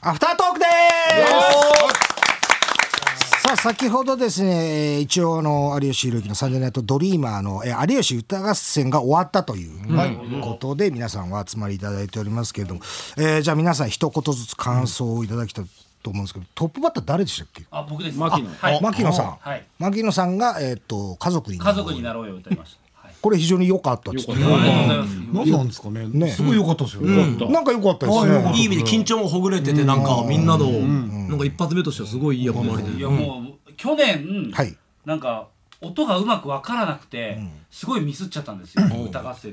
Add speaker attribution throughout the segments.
Speaker 1: アフタートークでーすさあ先ほどですね一応あの有吉弘行の「サンデーナイトドリーマーの」え有吉歌合戦が終わったということで、皆さんお集まりいただいておりますけれども、えーじゃあ皆さん一言ずつ感想をいただきたいと思うんですけど、トップバッター誰でしたっけ
Speaker 2: あ、僕です。
Speaker 3: 牧野
Speaker 2: あはい。
Speaker 1: 牧野さん、
Speaker 2: はい
Speaker 1: 牧野さんが、えー、と家族にな
Speaker 2: 家
Speaker 1: る
Speaker 2: 族になろうよ歌いました。はい。
Speaker 1: これ非常に良かったっつって
Speaker 2: ありがとうございます。
Speaker 4: 何なんですかね
Speaker 1: ね
Speaker 4: すごい良かったですよね、
Speaker 1: なんか良かったですね、
Speaker 5: いい意味で緊張もほぐれててなんかみんなのなんか一発目としてはすごいいい役回りで
Speaker 2: いやもう去年、
Speaker 1: はい
Speaker 2: なんか音がうまくわからなくて、すごいミスっちゃったんですよ、歌合戦、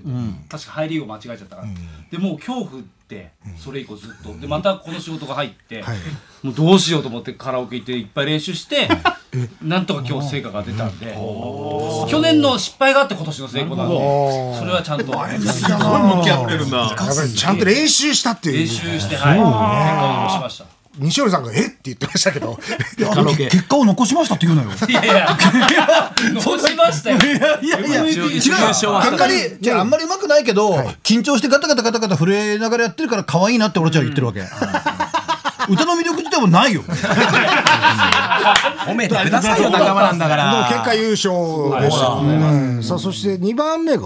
Speaker 2: 確か入りを間違えちゃったから、でもう恐怖ってそれ以降ずっとでまたこの仕事が入って、
Speaker 1: はい
Speaker 2: もうどうしようと思ってカラオケ行っていっぱい練習してなんとか今日成果が出たんで、去年の失敗があって今年の成功なんでそれはちゃんと
Speaker 5: 向き合ってるな
Speaker 1: やっぱりちゃんと練習したっていう
Speaker 2: 練習して、はい、結果を残しました。
Speaker 1: 西織さんが「えっ?」って言ってましたけど
Speaker 4: いやあの結果を残しましたって言うのよ
Speaker 2: いやいや、残しましたよ。いやいや、違
Speaker 5: 勝はあった
Speaker 4: がっかりじゃああんまりうまくないけど、緊張してガタガタガタガタ震えながらやってるから可愛いなって俺たちは言ってるわけ、歌の魅力自体もないよ
Speaker 5: 褒めてくださいよ仲間なんだか
Speaker 1: でも
Speaker 5: ら
Speaker 1: 結果優勝でしたねうんさあそして2番目が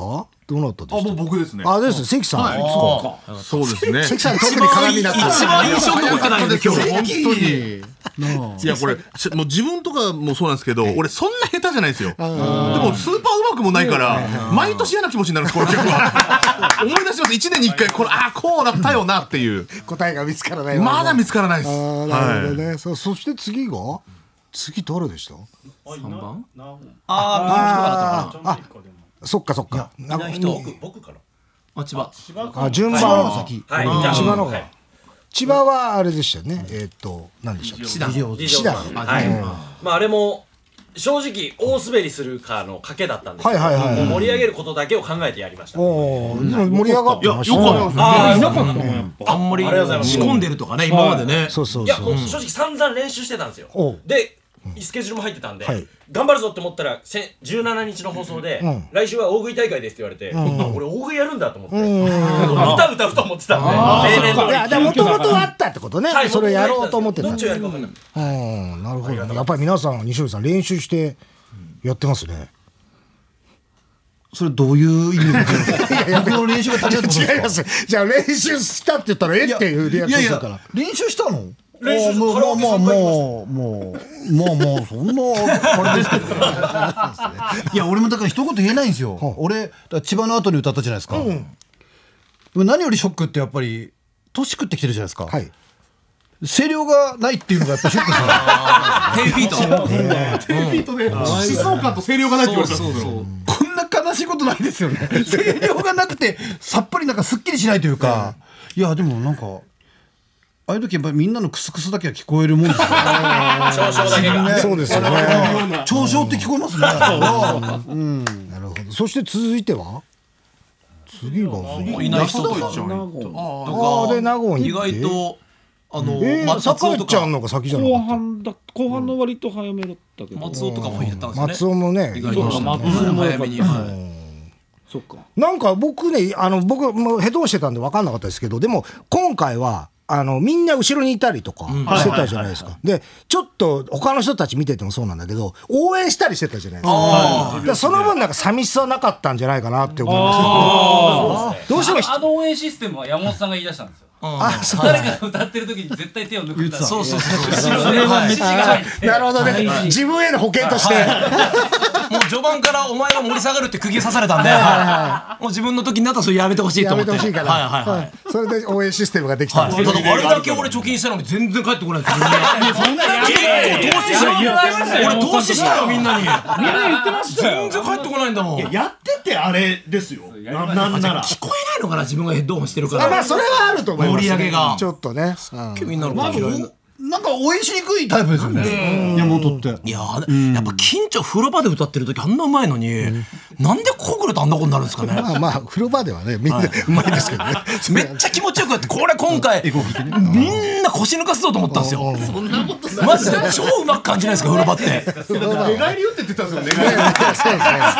Speaker 1: どなたで
Speaker 6: あ
Speaker 1: し
Speaker 6: もう
Speaker 1: た
Speaker 6: 僕ですね。
Speaker 1: あですね関さん
Speaker 6: そうですね。
Speaker 1: 関さん特に鏡になってる
Speaker 5: 一番印象に残ってないんで今日
Speaker 6: 本当に。いやこれしもう自分とかもそうなんですけど、俺そんな下手じゃないですよ。でもスーパーうまくもないから、毎年嫌な気持ちになるんですこの曲は。思い出します。一年に一回このあーこうだったよなっていう。
Speaker 1: 答えが見つからないわ
Speaker 6: まだ見つからないです。
Speaker 1: あーなるほど
Speaker 6: は
Speaker 1: ねさあそして次が次誰でしたあああそっかそっかなんか
Speaker 5: 僕からあ千葉
Speaker 1: あ順番は
Speaker 4: 先
Speaker 1: 千葉の方が千葉はあれでしたよねえーっと何でしたっけ
Speaker 5: 岸田
Speaker 1: 岸田
Speaker 5: はい
Speaker 7: まああれも正直大滑りするかの賭けだったんです
Speaker 1: はいはいはい
Speaker 7: 盛り上げることだけを考えてやりました。
Speaker 1: おーでも盛り上がってま
Speaker 6: い。
Speaker 1: した
Speaker 6: よ
Speaker 1: ね
Speaker 6: くわかります。
Speaker 7: ああい
Speaker 5: あんまり
Speaker 7: ありがとうございます
Speaker 5: 仕込んでるとかね今までね
Speaker 1: そうそう
Speaker 7: や
Speaker 1: そ
Speaker 7: も
Speaker 1: う
Speaker 7: う正直散々練習してたんですよ
Speaker 1: おう。
Speaker 7: でスケジュールも入ってたんで
Speaker 1: はい
Speaker 7: 頑張るぞって思ったらせ17日の放送で
Speaker 1: うん
Speaker 7: 来週は大食い大会ですって言われてあ俺大食いやるんだと思って
Speaker 1: うん
Speaker 7: 歌歌うと思ってたんで例年通
Speaker 1: いや
Speaker 7: り
Speaker 1: でもともとあったってことね、
Speaker 7: はい
Speaker 1: それをやろうと思ってた
Speaker 7: どっちをやるか分かんない
Speaker 1: うんなるほどねやっぱり皆さん西堀さん練習してやってますね、
Speaker 4: それどういう意味で僕の練習が足りないってことですか
Speaker 1: 違いますじゃあ練習したって言ったらえっていうリアクションだから
Speaker 4: 練習したの
Speaker 7: 練習
Speaker 4: あーもう
Speaker 7: カラオケ
Speaker 4: もう
Speaker 7: 参加
Speaker 4: もうもうもうもうそんなあれですけど いや俺もだから一言言えないんですよ俺だから千葉の後に歌ったじゃないですか、でも何よりショックってやっぱり年食ってきてるじゃないですか、
Speaker 1: はい
Speaker 4: 声量がないっていうのがやっぱショック ですよ
Speaker 5: 10フィート
Speaker 6: ピートで疾走感と声量がないって言われたんですよ。
Speaker 4: こんな悲しいことないですよね 声量がなくてさっぱりなんかすっきりしないというか、いやでもなんかああいう時やっぱりみんなのクスクスだけは聞こえるもんですよ
Speaker 7: 少々だけが
Speaker 1: そうですよね
Speaker 4: 嘲笑って聞こえますね。
Speaker 1: なるほどそして続いては次が
Speaker 5: いない人と
Speaker 6: 安田さん
Speaker 1: ああで名護に
Speaker 5: 意
Speaker 1: 行って
Speaker 5: 外とあの
Speaker 1: えー、
Speaker 5: 松尾
Speaker 1: 坂井
Speaker 5: と
Speaker 1: ちゃん
Speaker 5: か
Speaker 1: の方が先じゃな
Speaker 3: 後
Speaker 1: かった
Speaker 3: 半だ後半の割と早めだったけど、
Speaker 5: 松尾とかもやったんで
Speaker 1: 松
Speaker 5: すよ
Speaker 1: 尾
Speaker 5: ね
Speaker 1: もね
Speaker 5: 意外と
Speaker 3: そうか松尾も
Speaker 5: 早めにはい
Speaker 3: そっか
Speaker 1: なんか僕ね、あの、僕もヘドをしてたんで分かんなかったですけど、でも今回は、あの、みんな後ろにいたりとかしてたじゃないですか。で、ちょっと他の人たち見ててもそうなんだけど、応援したりしてたじゃないですか。だからその分なんか寂しさなかったんじゃないかなって思いますけど、どうしてもひ
Speaker 2: あの応援システムは山本さんが言い出したんですよ。
Speaker 1: あ、そう
Speaker 2: 誰かが歌ってる時に絶対手を抜くんだ。
Speaker 5: そうそうそうそう
Speaker 2: 後ろで指示が入って。
Speaker 1: なるほどね。自分への保険として。
Speaker 5: もう序盤からお前が盛り下がるって釘刺されたんで、はいもう自分の時になったらそれやめてほしいと
Speaker 1: や
Speaker 5: 思
Speaker 1: め
Speaker 5: ってて。
Speaker 1: ほしいから、
Speaker 5: はいはいはい。
Speaker 1: はいそれで応援システムができたんです
Speaker 5: た
Speaker 1: けど、
Speaker 5: だあれだけ俺貯金したのに全然帰ってこないんですよ。みんな結構投資
Speaker 2: い
Speaker 5: し
Speaker 2: やいやいやいやい
Speaker 5: た
Speaker 2: や
Speaker 5: よ。俺投資したよみんなに。
Speaker 3: みんな言ってましたよ
Speaker 5: 全然帰ってこないんだもん。聞こ
Speaker 6: やっててあれですよ。なな
Speaker 5: え
Speaker 6: んなら。
Speaker 5: ないのかな自分がヘッドホンしてるか
Speaker 1: あまあ
Speaker 5: ら。
Speaker 1: それはあると思います、ね。
Speaker 5: 盛り上げが
Speaker 1: ちょっとね。うん
Speaker 5: みんなのこと嫌いな
Speaker 4: なんか応援しにくいタイプですよね山本って
Speaker 5: いやー、やっぱ緊張風呂場で歌ってる時あんなうまいのに、なんでコグルとあんなことになるんですかね
Speaker 1: まあまあ、風呂場ではね、みんなうまいですけどね。
Speaker 5: めっちゃ気持ちよくやってこれ今 回みんな腰抜かすぞと思ったんですよそんなことマジで超うまく感じないですか風呂場って
Speaker 6: 寝返り打ってって言ってたんですよ、寝返り。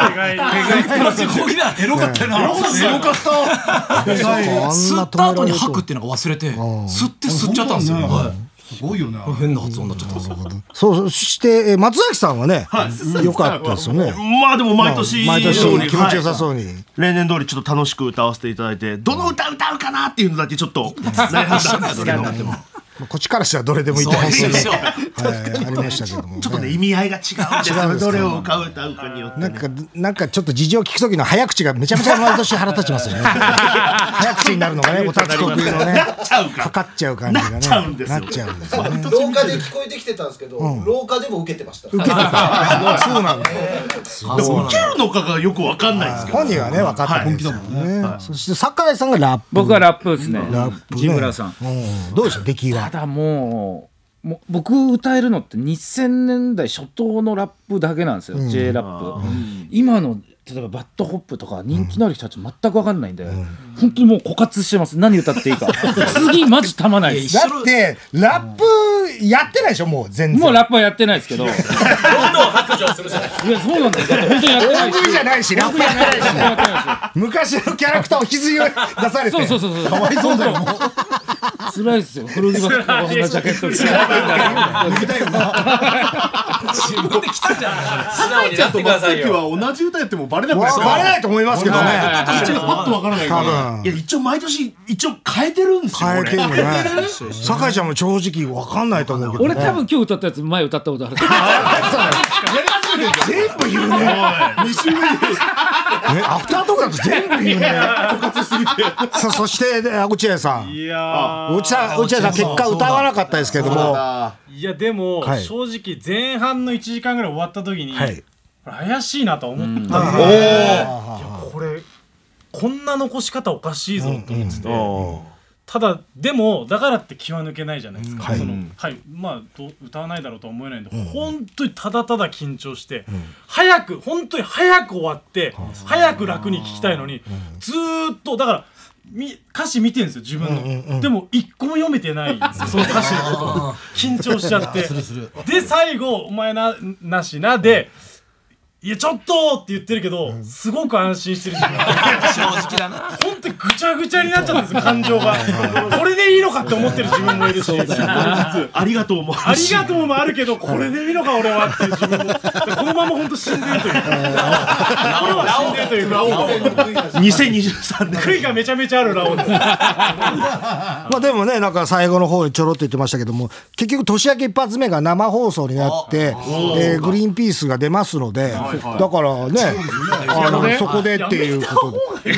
Speaker 5: マジ でこぎだエロかったよなエロかった吸った後に吐くっていうのが忘れて吸って吸っちゃったんですよはい
Speaker 4: すごいよね
Speaker 5: 変な発音になっちゃったんですよ
Speaker 1: そうそう、そして、えー松崎さんはね、良かったですよね。
Speaker 8: まあでも毎年、
Speaker 1: 毎年
Speaker 8: 通り
Speaker 1: 気持ちよさそうに。
Speaker 8: 例年通りちょっと楽しく歌わせていただいて、どの歌歌うかなっていうのだけちょっ と悩んだんですけど、
Speaker 1: まあこっちからしたらどれでもいいと思うんですけど、はいありましたけども。
Speaker 8: ちょっとね意味合いが違うんです
Speaker 1: 違うん
Speaker 8: よ。
Speaker 1: です
Speaker 8: ど
Speaker 1: か
Speaker 8: れを歌う歌うかによって
Speaker 1: なん
Speaker 8: ね。
Speaker 1: か、なんかちょっと事情聞くときの早口がめちゃめちゃ毎年腹立ちます よね。早口になるのがね、おたつ特有のね
Speaker 8: なっちゃう、から
Speaker 1: かかっちゃう感じがね、
Speaker 8: なっちゃうんですよ
Speaker 1: なっちゃうんですよね。
Speaker 9: 廊下で聞こえてきてたんですけど、廊下でも受けてました。
Speaker 1: そうなんだ。
Speaker 5: あそうなんだ
Speaker 8: 受けるのかがよくわかんないんですけど。
Speaker 1: 本人はね、分かってないですよね。そして、酒井さんがラップ。
Speaker 3: 僕はラップですね
Speaker 1: ラップね
Speaker 3: ジムラさん
Speaker 1: うんどうでしょう、出来は
Speaker 3: た。だもうもう僕歌えるのって2000年代初頭のラップだけなんですよ、J ラップ、今の例えばバッドホップとか人気のある人たち全く分かんないんで、本当にもう枯渇してます何歌っていいか 次マジたまないです
Speaker 1: だって、ラップやってないでしょ、もう全然。
Speaker 3: もうラップはやってないですけどどんどん白状するじゃないいやそうなんだよだって本当にやってない
Speaker 1: 大食いじゃないし、ラップやってないし。昔のキャラクターを引きずり出されて。
Speaker 3: そうそうそうそう。かわいそうだよ。辛いですよ。古着箱のジャケット着て。
Speaker 5: 自分で来たじゃん
Speaker 7: 素直に
Speaker 6: ち
Speaker 7: な
Speaker 6: ゃん
Speaker 7: っ
Speaker 6: と
Speaker 7: てくだ
Speaker 6: 松
Speaker 7: さい
Speaker 6: 崎
Speaker 7: よ。
Speaker 6: は同じ歌やってもバレなく
Speaker 1: わ
Speaker 6: ない
Speaker 1: バレないと思いますけどね。
Speaker 6: 一応パッとわからない
Speaker 1: 多
Speaker 6: から。
Speaker 1: 分
Speaker 8: い。や一応毎年一応変えてるんですよ。
Speaker 1: 変えてる
Speaker 8: 俺
Speaker 1: よね。酒井ちゃんも正直わかんないと思うけどね。
Speaker 3: 俺多分今日歌ったやつ前歌ったことある。
Speaker 1: 全部言うね。
Speaker 6: 二週目に
Speaker 1: ねアフタートークだと全部言うね。 さあそしてね落合さん。
Speaker 10: いや
Speaker 1: 落合さん落合さん結果歌わなかったですけども。
Speaker 10: ーいやでも、
Speaker 1: はい
Speaker 10: 正直前半の1時間ぐらい終わった時に、
Speaker 1: はい
Speaker 10: これ怪しいなとは思ったんですよいやこれこんな残し方おかしいぞと思ってて、ただでもだからって気は抜けないじゃないですか、
Speaker 1: はい
Speaker 10: そのはい、まあど歌わないだろうとは思えないんで、本当にただただ緊張して、早く本当に早く終わって、早く楽に聞きたいのに、ずーっとだからみ歌詞見てるんですよ自分の、でも一個も読めてない んですよその歌詞のことを緊張しちゃってで最後「お前ななしな」で「いやちょっと!」って言ってるけどすごく安心してる自分が
Speaker 5: 正直だな
Speaker 10: 本当にぐちゃぐちゃになっちゃったんですよ感情がこれでいいのかって思ってる自分もいるし
Speaker 8: ありがとうも
Speaker 10: ありがとうもあるけどこれでいいのか俺はっていう自分もこのまま本当死んでるというか これは死んでると いうか
Speaker 8: 2023年
Speaker 10: 悔いがめちゃめちゃあるラオウです
Speaker 1: まあでもね、なんか最後の方でちょろっと言ってましたけども、結局年明け一発目が生放送になって、でグリーンピースが出ますので、だからね、あの、そこでっていうことで。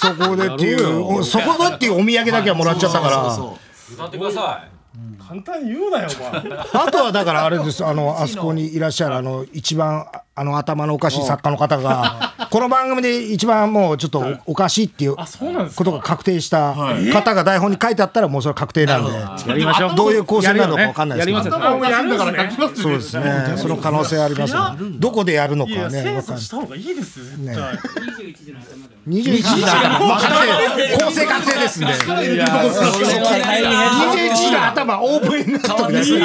Speaker 1: そこでっていう、そこでっていうお土産だけはもらっちゃったから、
Speaker 7: 歌ってください。
Speaker 10: 簡単に言うなよお 前
Speaker 1: あとはだからあれです、あの、あそこにいらっしゃる、あの、一番、あの、頭のおかしい作家の方が、この番組で一番もうちょっとおおかしいっていう
Speaker 10: あそうなんです
Speaker 1: ことが確定した方が台本に書いてあったら、もうそれ確定なんで。
Speaker 3: やりましょう。
Speaker 1: どういう構成になるのかわかんないですけど
Speaker 3: やりますよ。
Speaker 10: やるんですね
Speaker 1: そうですね。その可能性ありますよね。どこでやるのか
Speaker 10: いや
Speaker 1: はね、
Speaker 10: 精
Speaker 1: わかん
Speaker 10: 査
Speaker 1: ない
Speaker 10: し。た方がいいですよ絶対
Speaker 1: 二十一時だ。構成確定ですんで。二十一時の頭オープンになった時です。
Speaker 10: 歌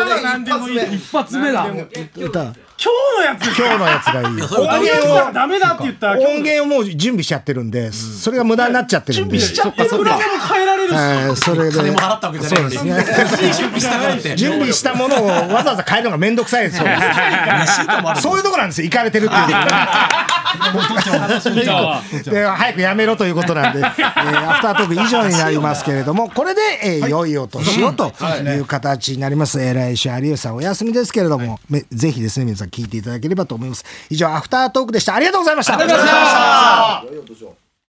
Speaker 10: は何でもいい今日
Speaker 3: 一発目だ。
Speaker 1: 歌
Speaker 10: のやつ
Speaker 1: 今日のやつがいい。
Speaker 10: 音
Speaker 1: 音
Speaker 10: 源したら
Speaker 1: 源
Speaker 10: ダメだって言ったら
Speaker 1: を音源をもう準備しちゃってるんで、それが無駄になっちゃってるんで。
Speaker 10: しちゃっていくらでも変えられるし
Speaker 1: はい、それで
Speaker 5: 金も払ったわけじゃないのに
Speaker 1: そうですね
Speaker 5: 準備したからって
Speaker 1: 準備したものをわざわざ変えるのがめんどくさいですよ。そういうところなんですよ。行かれてるっていう。で早くやめろということ なんで、えーアフタートーク以上になりますけれども、これで、えー良いお年をという形になります。えー来週、有吉さんお休みですけれども、めぜひですね、皆さん聞いていただければと思います。以上、アフタートークでした。ありがとうございました。